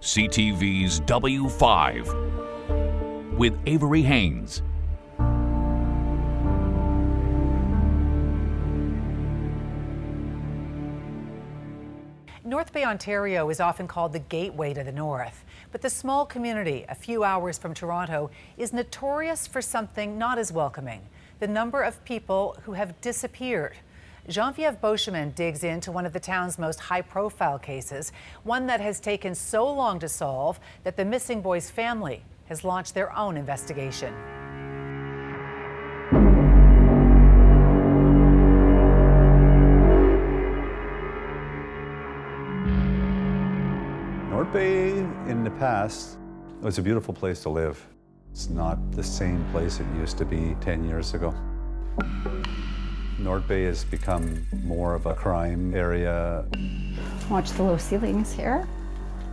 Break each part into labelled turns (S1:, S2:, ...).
S1: CTV's W5 with Avery Haynes.
S2: North Bay, Ontario is often called the gateway to the north. But the small community, a few hours from Toronto, is notorious for something not as welcoming the number of people who have disappeared. Genevieve Beauchemin digs into one of the town's most high profile cases, one that has taken so long to solve that the missing boy's family has launched their own investigation.
S3: North Bay in the past was a beautiful place to live. It's not the same place it used to be 10 years ago. North Bay has become more of a crime area.
S4: Watch the low ceilings here.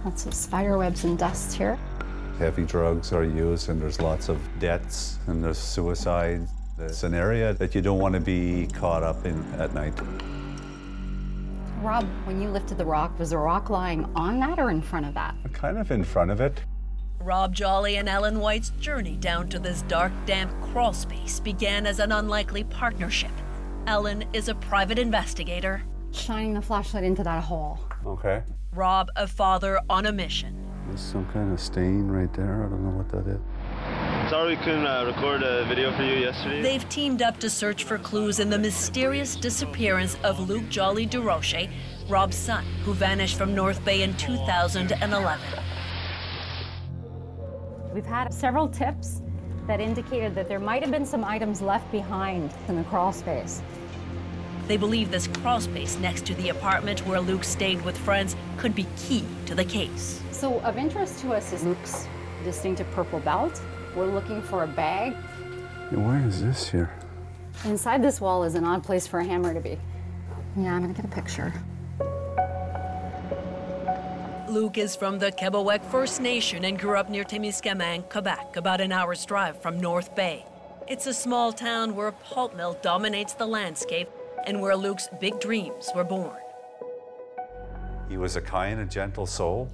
S4: Lots of spider webs and dust here.
S3: Heavy drugs are used, and there's lots of debts, and there's suicide. It's an area that you don't want to be caught up in at night.
S4: Rob, when you lifted the rock, was the rock lying on that or in front of that?
S3: Kind of in front of it.
S5: Rob Jolly and Ellen White's journey down to this dark, damp crawl space began as an unlikely partnership. Ellen is a private investigator,
S4: Shining the flashlight into that hole.
S3: Okay.
S5: Rob, a father on a mission.
S3: There's some kind of stain right there. I don't know what that is.
S6: Sorry we couldn't uh, record a video for you yesterday.
S5: They've teamed up to search for clues in the mysterious disappearance of Luke Jolly DeRoche, Rob's son, who vanished from North Bay in 2011.
S4: We've had several tips that indicated that there might have been some items left behind in the crawl space.
S5: They believe this crawl space next to the apartment where Luke stayed with friends could be key to the case.
S4: So, of interest to us is Luke's distinctive purple belt. We're looking for a bag.
S3: Why is this here?
S4: Inside this wall is an odd place for a hammer to be. Yeah, I'm gonna get a picture.
S5: Luke is from the Kebewek First Nation and grew up near Temiskaming, Quebec, about an hour's drive from North Bay. It's a small town where a pulp mill dominates the landscape and where Luke's big dreams were born.
S3: He was a kind and gentle soul.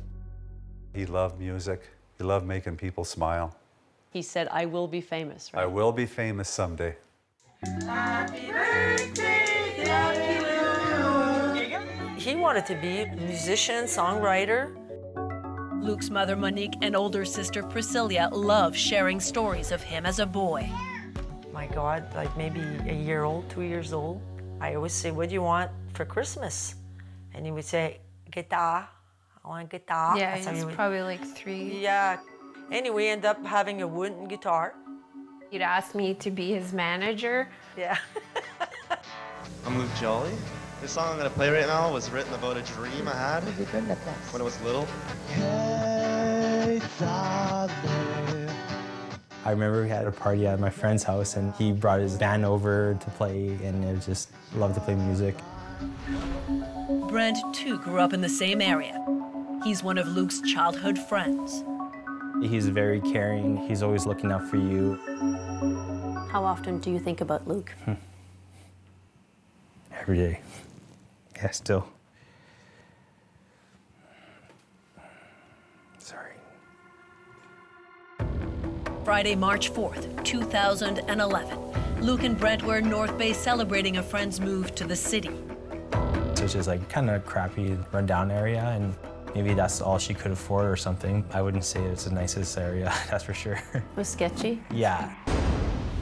S3: He loved music. He loved making people smile.
S7: He said, I will be famous,
S3: I
S7: right?
S3: will be famous someday.
S8: He wanted to be a musician, songwriter.
S5: Luke's mother, Monique, and older sister, Priscilla, love sharing stories of him as a boy.
S8: My God, like maybe a year old, two years old. I always say, What do you want for Christmas? And he would say, Guitar. I want a guitar.
S9: Yeah,
S8: That's how
S9: he's
S8: he would-
S9: probably like three.
S8: Yeah. Anyway, end up having a wooden guitar.
S9: He'd ask me to be his manager.
S8: Yeah.
S10: I'm Luke Jolly. This song I'm gonna play right now was written about a dream I had when I was little.
S11: I remember we had a party at my friend's house and he brought his band over to play and it was just loved to play music.
S5: Brent, too, grew up in the same area. He's one of Luke's childhood friends.
S11: He's very caring, he's always looking out for you
S7: How often do you think about Luke?
S11: every day. Yeah, still. Sorry.
S5: Friday, March 4th, 2011. Luke and Brent were in North Bay celebrating a friend's move to the city.
S11: So it's just like kind of crappy rundown area and maybe that's all she could afford or something. I wouldn't say it's the nicest area, that's for sure.
S7: It was sketchy.
S11: yeah.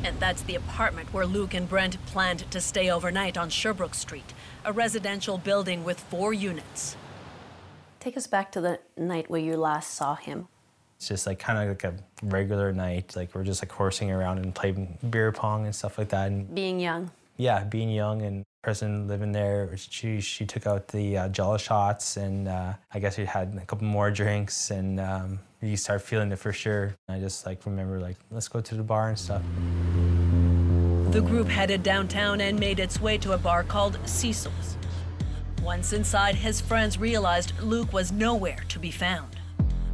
S5: And that's the apartment where Luke and Brent planned to stay overnight on Sherbrooke Street, a residential building with four units.
S7: Take us back to the night where you last saw him.
S11: It's just like kind of like a regular night. Like we're just like horsing around and playing beer pong and stuff like that. And
S7: Being young,
S11: yeah, being young and person living there, she she took out the uh, jello shots and uh, I guess we had a couple more drinks and um, you start feeling it for sure. I just like remember like let's go to the bar and stuff.
S5: The group headed downtown and made its way to a bar called Cecil's. Once inside, his friends realized Luke was nowhere to be found.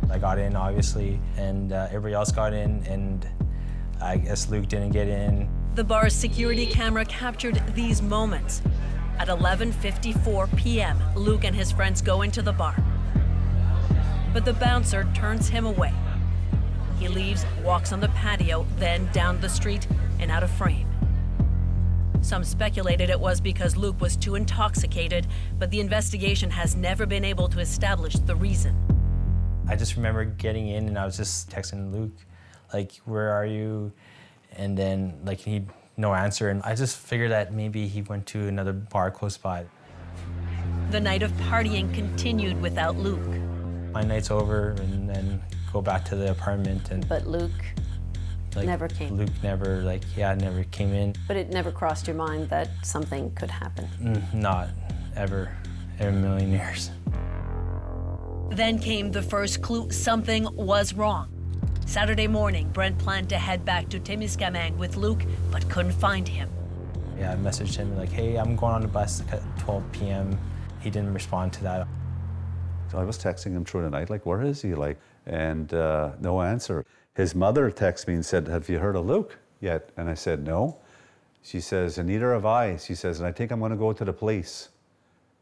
S11: I got in obviously, and uh, everybody else got in, and I guess Luke didn't get in.
S5: The bar's security camera captured these moments. At 11:54 p.m., Luke and his friends go into the bar. but the bouncer turns him away. He leaves, walks on the patio, then down the street and out of frame. Some speculated it was because Luke was too intoxicated, but the investigation has never been able to establish the reason.
S12: I just remember getting in and I was just texting Luke, like, where are you? And then, like, he no answer. And I just figured that maybe he went to another bar close by.
S5: The night of partying continued without Luke.
S12: My night's over and then go back to the apartment. And
S13: But Luke
S12: like,
S13: never came.
S12: Luke never, like, yeah, never came in.
S13: But it never crossed your mind that something could happen.
S12: Mm, Not ever in a million years.
S5: Then came the first clue something was wrong. Saturday morning, Brent planned to head back to Temiskaming with Luke, but couldn't find him.
S12: Yeah, I messaged him like, hey, I'm going on the bus at 12 p.m. He didn't respond to that.
S3: So I was texting him through the night, like, where is he? Like, and uh, no answer. His mother texted me and said, Have you heard of Luke yet? And I said, No. She says, And neither have I. She says, And I think I'm going to go to the police.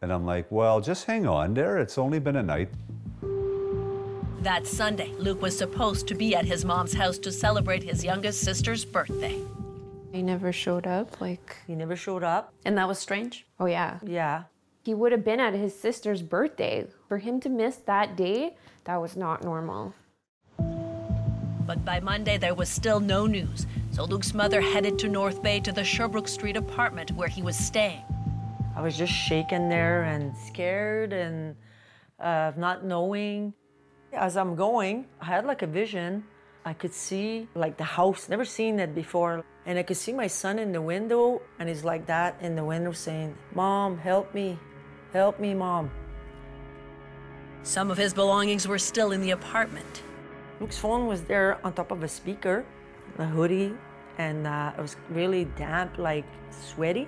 S3: And I'm like, Well, just hang on there. It's only been a night.
S5: That Sunday, Luke was supposed to be at his mom's house to celebrate his youngest sister's birthday.
S9: He never showed up. Like
S2: he never showed up.
S9: And that was strange. Oh yeah.
S2: Yeah.
S9: He would have been at his sister's birthday. For him to miss that day, that was not normal.
S5: But by Monday, there was still no news, so Luke's mother headed to North Bay to the Sherbrooke Street apartment where he was staying.
S2: I was just shaken there and scared and uh, not knowing. As I'm going, I had like a vision. I could see like the house, never seen that before. And I could see my son in the window, and he's like that in the window saying, Mom, help me. Help me, Mom.
S5: Some of his belongings were still in the apartment.
S2: Luke's phone was there on top of a speaker, a hoodie, and uh, it was really damp, like sweaty,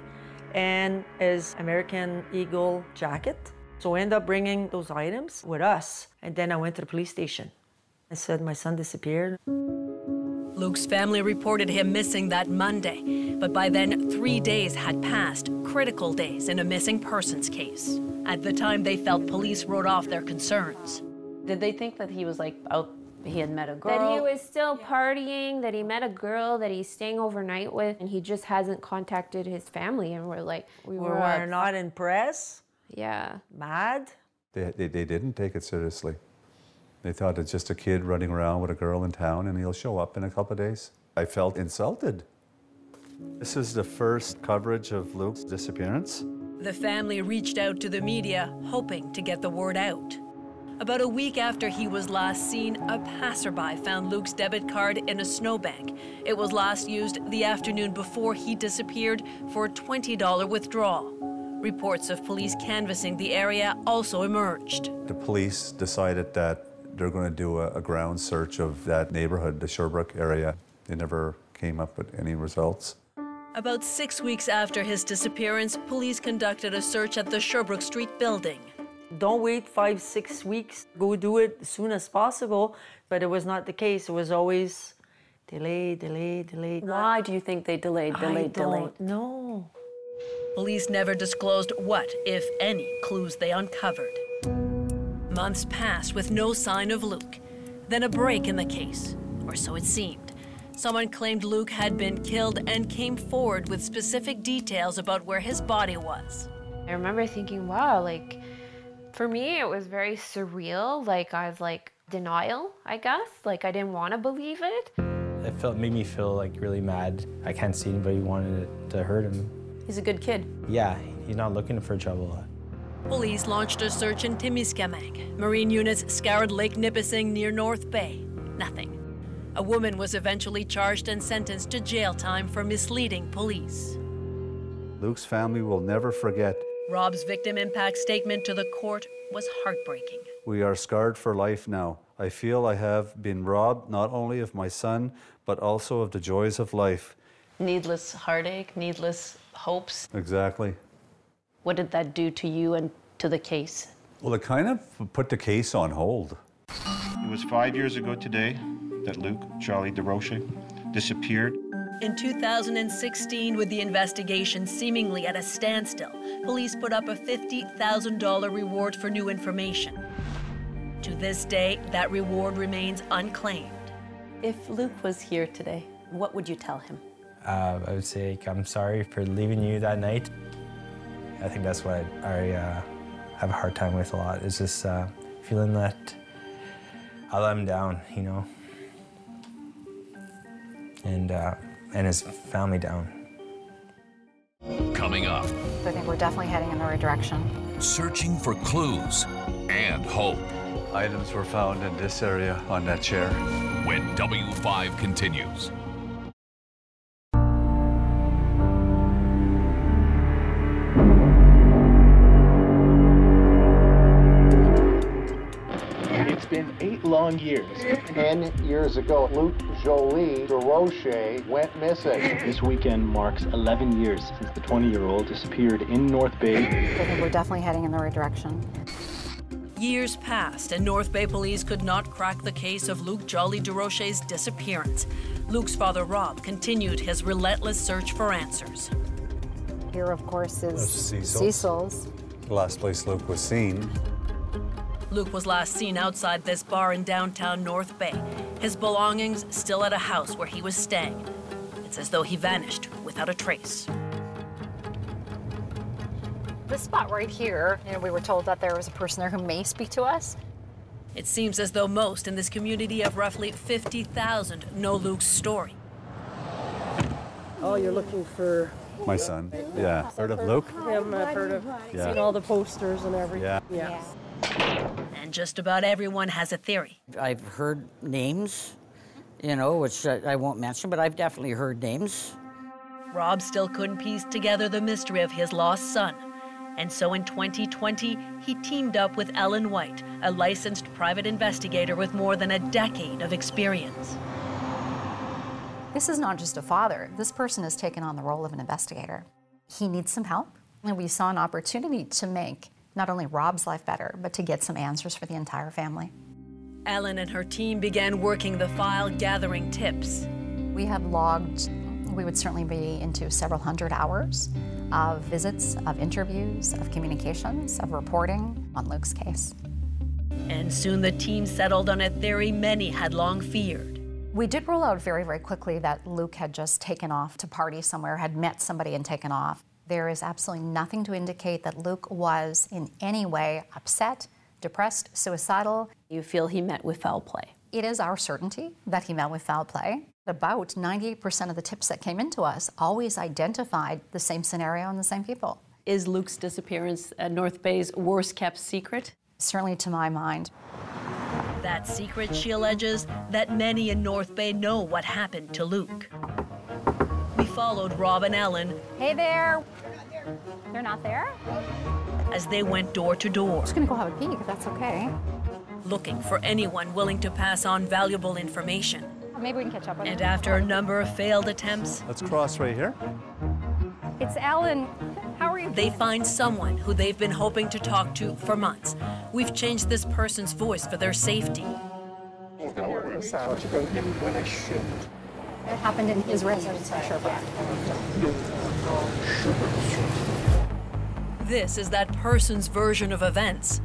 S2: and his American Eagle jacket. So I ended up bringing those items with us, and then I went to the police station. I said my son disappeared.
S5: Luke's family reported him missing that Monday, but by then, three days had passed, critical days in a missing persons case. At the time, they felt police wrote off their concerns.
S13: Did they think that he was like out? Oh, He had met a girl.
S9: That he was still partying, that he met a girl that he's staying overnight with, and he just hasn't contacted his family. And we're like, we
S2: We
S9: were,
S2: were not impressed,
S9: Yeah.
S2: mad.
S3: They, they, they didn't take it seriously. They thought it's just a kid running around with a girl in town and he'll show up in a couple of days. I felt insulted. This is the first coverage of Luke's disappearance.
S5: The family reached out to the media, hoping to get the word out. About a week after he was last seen, a passerby found Luke's debit card in a snowbank. It was last used the afternoon before he disappeared for a $20 withdrawal. Reports of police canvassing the area also emerged.
S3: The police decided that they're going to do a, a ground search of that neighborhood, the Sherbrooke area. They never came up with any results.
S5: About six weeks after his disappearance, police conducted a search at the Sherbrooke Street building.
S2: Don't wait five, six weeks. Go do it as soon as possible. But it was not the case. It was always delay, delay, delay.
S13: Why do you think they delayed,
S2: I
S13: delayed, delayed?
S2: don't know.
S5: Police never disclosed what, if any, clues they uncovered. Months passed with no sign of Luke. Then a break in the case, or so it seemed. Someone claimed Luke had been killed and came forward with specific details about where his body was.
S9: I remember thinking, wow, like for me, it was very surreal. Like I was like, denial, I guess. Like I didn't want to believe it.
S12: It felt made me feel like really mad. I can't see anybody wanted to, to hurt him.
S13: He's a good kid.
S12: Yeah, he's not looking for trouble.
S5: Police launched a search in Timiskaming. Marine units scoured Lake Nipissing near North Bay. Nothing. A woman was eventually charged and sentenced to jail time for misleading police.
S3: Luke's family will never forget.
S5: Rob's victim impact statement to the court was heartbreaking.
S3: We are scarred for life now. I feel I have been robbed not only of my son, but also of the joys of life.
S13: Needless heartache, needless hopes.
S3: Exactly.
S13: What did that do to you and to the case?
S3: Well, it kind of put the case on hold.
S11: It was five years ago today that Luke Charlie DeRoche disappeared.
S5: In 2016, with the investigation seemingly at a standstill, police put up a $50,000 reward for new information. To this day, that reward remains unclaimed.
S7: If Luke was here today, what would you tell him?
S11: Uh, I would say like, I'm sorry for leaving you that night. I think that's what I uh, have a hard time with a lot. Is just uh, feeling that I let him down, you know, and uh, and his family down.
S1: Coming up,
S13: I think we're definitely heading in the right direction.
S1: searching for clues and hope.
S3: Items were found in this area on that chair.
S1: When W5 continues.
S14: It's been eight long years. Ten years ago, Luke Jolie DeRoche went missing.
S15: This weekend marks 11 years since the 20 year old disappeared in North Bay.
S13: I think we're definitely heading in the right direction.
S5: Years passed, and North Bay police could not crack the case of Luke Jolly DeRoche's disappearance. Luke's father, Rob, continued his relentless search for answers.
S13: Here, of course, is
S3: That's Cecil's.
S13: Cecil's.
S3: The last place Luke was seen.
S5: Luke was last seen outside this bar in downtown North Bay, his belongings still at a house where he was staying. It's as though he vanished without a trace.
S13: This spot right here, you know, we were told that there was a person there who may speak to us.
S5: It seems as though most in this community of roughly 50,000 know Luke's story.
S16: Oh, you're looking for
S3: My son. Yeah. Heard of Luke?
S16: him. I've heard of,
S3: Yeah.
S16: seen all the posters and everything.
S3: Yeah.
S16: yeah.
S5: And just about everyone has a theory.
S17: I've heard names, you know, which I I won't mention, but I've definitely heard names.
S5: Rob still couldn't piece together the mystery of his lost son. And so in 2020, he teamed up with Ellen White, a licensed private investigator with more than a decade of experience.
S13: This is not just a father. This person has taken on the role of an investigator. He needs some help, and we saw an opportunity to make not only Rob's life better, but to get some answers for the entire family.
S5: Ellen and her team began working the file, gathering tips.
S13: We have logged, we would certainly be into several hundred hours of visits, of interviews, of communications, of reporting on Luke's case.
S5: And soon the team settled on a theory many had long feared.
S13: We did rule out very, very quickly that Luke had just taken off to party somewhere, had met somebody and taken off. There is absolutely nothing to indicate that Luke was in any way upset, depressed, suicidal. You feel he met with foul play? It is our certainty that he met with foul play. About 98% of the tips that came into us always identified the same scenario and the same people.
S7: Is Luke's disappearance at North Bay's worst kept secret?
S13: Certainly to my mind.
S5: That secret, she alleges, that many in North Bay know what happened to Luke. We followed Rob and Ellen
S13: Hey there! They're not there?
S5: as they went door to door.
S13: I'm just gonna go have a peek if that's okay.
S5: looking for anyone willing to pass on valuable information.
S13: Maybe we can catch up on
S5: And
S13: them.
S5: after a number of failed attempts,
S3: Let's cross right here.
S13: It's Ellen. How are you?
S5: They find someone who they've been hoping to talk to for months. We've changed this person's voice for their safety.
S13: It happened in Israel. Sherbrooke.
S5: This is that person's version of events.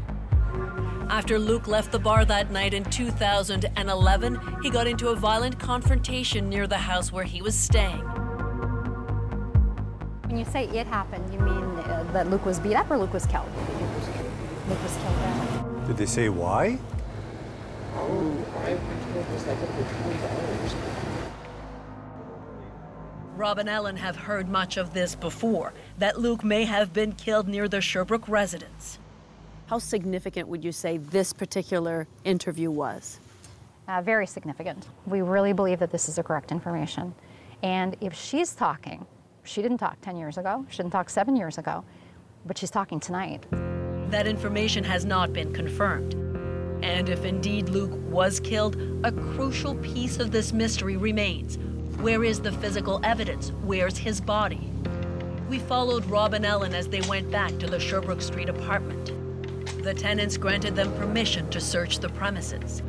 S5: After Luke left the bar that night in 2011, he got into a violent confrontation near the house where he was staying.
S13: When you say it happened, you mean uh, that Luke was beat up or Luke was killed? Luke was killed. yeah.
S3: Did they say why?
S5: Rob and Ellen have heard much of this before that Luke may have been killed near the Sherbrooke residence.
S7: How significant would you say this particular interview was?
S13: Uh, very significant. We really believe that this is the correct information. And if she's talking, she didn't talk 10 years ago, she didn't talk seven years ago, but she's talking tonight.
S5: That information has not been confirmed. And if indeed Luke was killed, a crucial piece of this mystery remains. Where is the physical evidence? Where's his body? We followed Rob and Ellen as they went back to the Sherbrooke Street apartment. The tenants granted them permission to search the premises.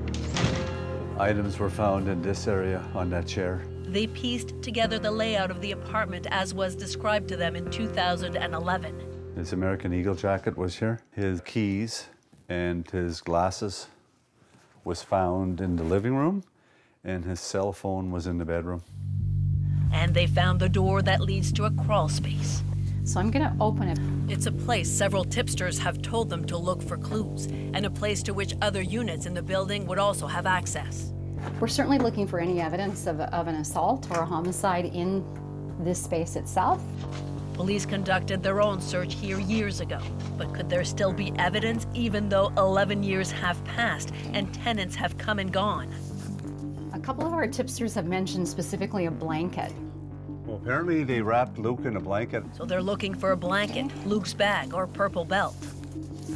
S3: Items were found in this area on that chair.
S5: They pieced together the layout of the apartment as was described to them in 2011.
S3: His American Eagle jacket was here, his keys, and his glasses was found in the living room, and his cell phone was in the bedroom.
S5: And they found the door that leads to a crawl space. So I'm going to open it. It's a place several tipsters have told them to look for clues, and a place to which other units in the building would also have access.
S13: We're certainly looking for any evidence of, of an assault or a homicide in this space itself.
S5: Police conducted their own search here years ago, but could there still be evidence even though 11 years have passed and tenants have come and gone?
S13: A couple of our tipsters have mentioned specifically a blanket.
S3: Well, apparently they wrapped Luke in a blanket.
S5: So they're looking for a blanket, Luke's bag, or purple belt.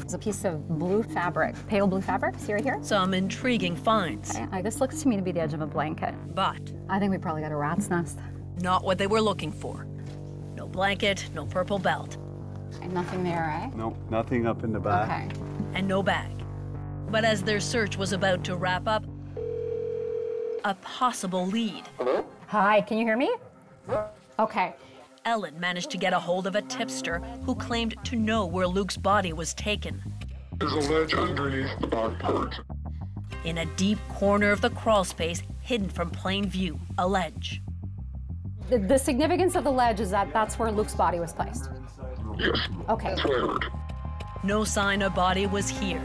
S13: It's a piece of blue fabric, pale blue fabric. See right here?
S5: Some intriguing finds.
S13: I, this looks to me to be the edge of a blanket.
S5: But
S13: I think we probably got a rat's nest.
S5: Not what they were looking for. No blanket, no purple belt.
S13: And nothing there, eh?
S3: Nope, nothing up in the back.
S5: And no bag. But as their search was about to wrap up, a possible lead. Hello?
S13: Hi, can you hear me? Okay.
S5: Ellen managed to get a hold of a tipster who claimed to know where Luke's body was taken.
S18: There's a ledge underneath the back porch.
S5: In a deep corner of the crawl space, hidden from plain view, a ledge.
S13: The, the significance of the ledge is that that's where Luke's body was placed. Okay.
S5: No sign a body was here,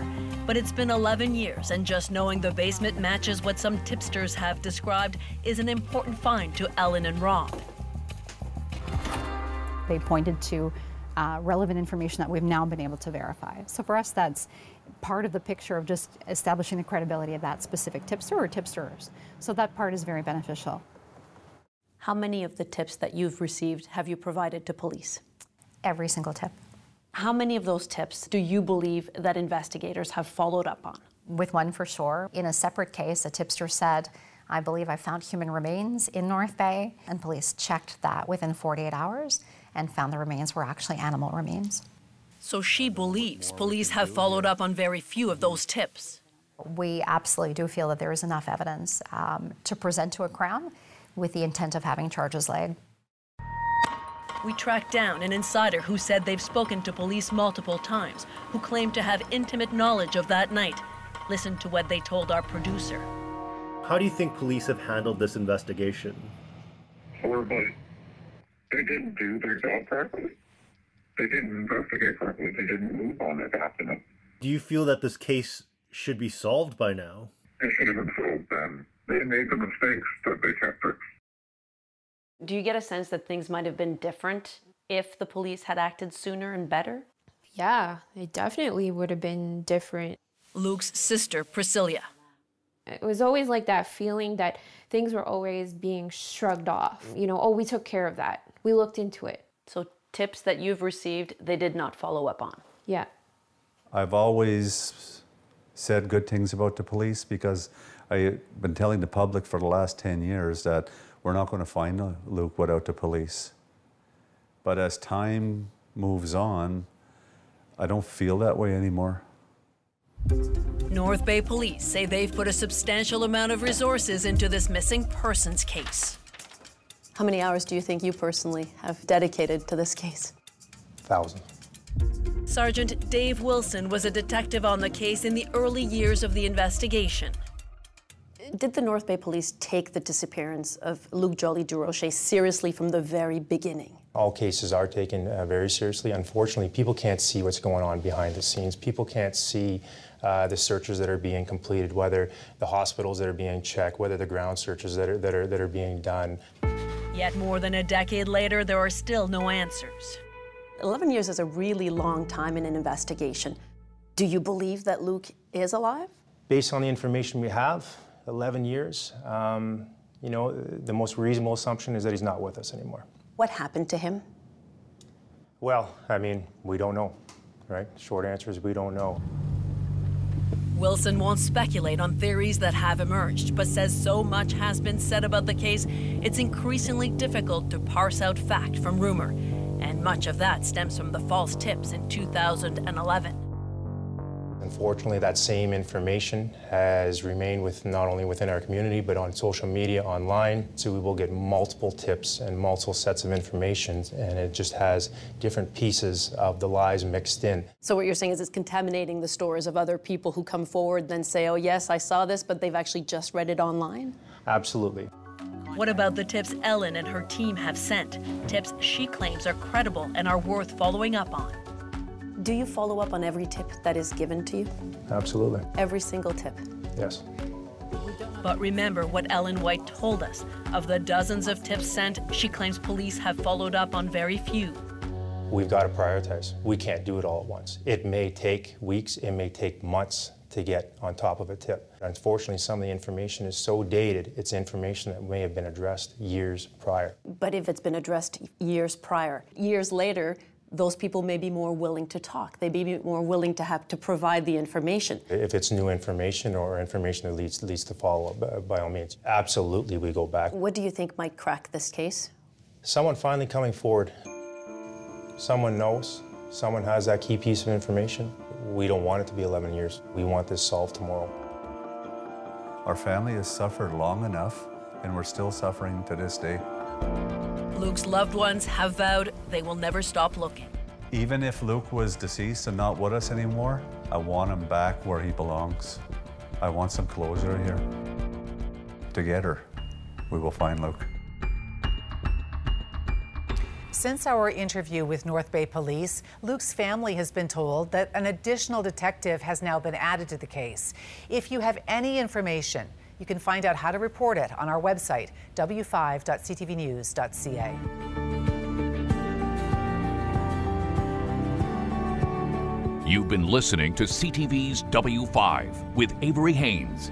S5: but it's been 11 years, and just knowing the basement matches what some tipsters have described is an important find to Ellen and Rob.
S13: They pointed to uh, relevant information that we've now been able to verify. So for us, that's part of the picture of just establishing the credibility of that specific tipster or tipsters. So that part is very beneficial.
S19: How many of the tips that you've received have you provided to police?
S13: Every single tip.
S19: How many of those tips do you believe that investigators have followed up on?
S13: With one for sure. In a separate case, a tipster said, I believe I found human remains in North Bay, and police checked that within 48 hours and found the remains were actually animal remains.
S5: So she believes police have followed up on very few of those tips.
S13: We absolutely do feel that there is enough evidence um, to present to a Crown with the intent of having charges laid.
S5: We tracked down an insider who said they've spoken to police multiple times, who claimed to have intimate knowledge of that night. Listen to what they told our producer.
S20: How do you think police have handled this investigation?
S18: Horribly. They didn't do their job properly. They didn't investigate properly. They didn't move on it fast enough.
S20: Do you feel that this case should be solved by now?
S18: It should have been solved then. They made the mistakes that they kept fixing.
S19: Do you get a sense that things might have been different if the police had acted sooner and better?
S9: Yeah, it definitely would have been different.
S5: Luke's sister, Priscilla.
S9: It was always like that feeling that things were always being shrugged off. You know, oh, we took care of that. We looked into it.
S19: Mm. So, tips that you've received, they did not follow up on.
S9: Yeah.
S3: I've always said good things about the police because I've been telling the public for the last 10 years that we're not going to find uh, Luke without the police. But as time moves on, I don't feel that way anymore.
S5: North Bay police say they've put a substantial amount of resources into this missing persons case.
S19: How many hours do you think you personally have dedicated to this case?
S12: Thousand.
S5: Sergeant Dave Wilson was a detective on the case in the early years of the investigation.
S19: Did the North Bay Police take the disappearance of Luke Jolly Durocher seriously from the very beginning?
S12: All cases are taken uh, very seriously. Unfortunately, people can't see what's going on behind the scenes. People can't see uh, the searches that are being completed, whether the hospitals that are being checked, whether the ground searches that are, that are, that are being done.
S5: Yet more than a decade later, there are still no answers.
S19: 11 years is a really long time in an investigation. Do you believe that Luke is alive?
S12: Based on the information we have, 11 years, um, you know, the most reasonable assumption is that he's not with us anymore.
S19: What happened to him?
S12: Well, I mean, we don't know, right? Short answer is we don't know.
S5: Wilson won't speculate on theories that have emerged, but says so much has been said about the case, it's increasingly difficult to parse out fact from rumor. And much of that stems from the false tips in 2011.
S12: Unfortunately, that same information has remained with not only within our community but on social media, online. So we will get multiple tips and multiple sets of information, and it just has different pieces of the lies mixed in.
S19: So what you're saying is it's contaminating the stories of other people who come forward then say, "Oh yes, I saw this," but they've actually just read it online.
S12: Absolutely.
S5: What about the tips Ellen and her team have sent? Tips she claims are credible and are worth following up on.
S19: Do you follow up on every tip that is given to you?
S12: Absolutely.
S19: Every single tip.
S12: Yes.
S5: But remember what Ellen White told us. Of the dozens of tips sent, she claims police have followed up on very few.
S12: We've got to prioritize. We can't do it all at once. It may take weeks, it may take months to get on top of a tip. Unfortunately, some of the information is so dated, it's information that may have been addressed years prior.
S19: But if it's been addressed years prior, years later, those people may be more willing to talk. They may be more willing to have to provide the information.
S12: If it's new information or information that leads, leads to follow up, uh, by all means, absolutely we go back.
S19: What do you think might crack this case?
S12: Someone finally coming forward, someone knows, someone has that key piece of information. We don't want it to be 11 years. We want this solved tomorrow.
S3: Our family has suffered long enough, and we're still suffering to this day.
S5: Luke's loved ones have vowed they will never stop looking.
S3: Even if Luke was deceased and not with us anymore, I want him back where he belongs. I want some closure here. Together, we will find Luke.
S2: Since our interview with North Bay Police, Luke's family has been told that an additional detective has now been added to the case. If you have any information, you can find out how to report it on our website, w5.ctvnews.ca.
S1: You've been listening to CTV's W5 with Avery Haynes.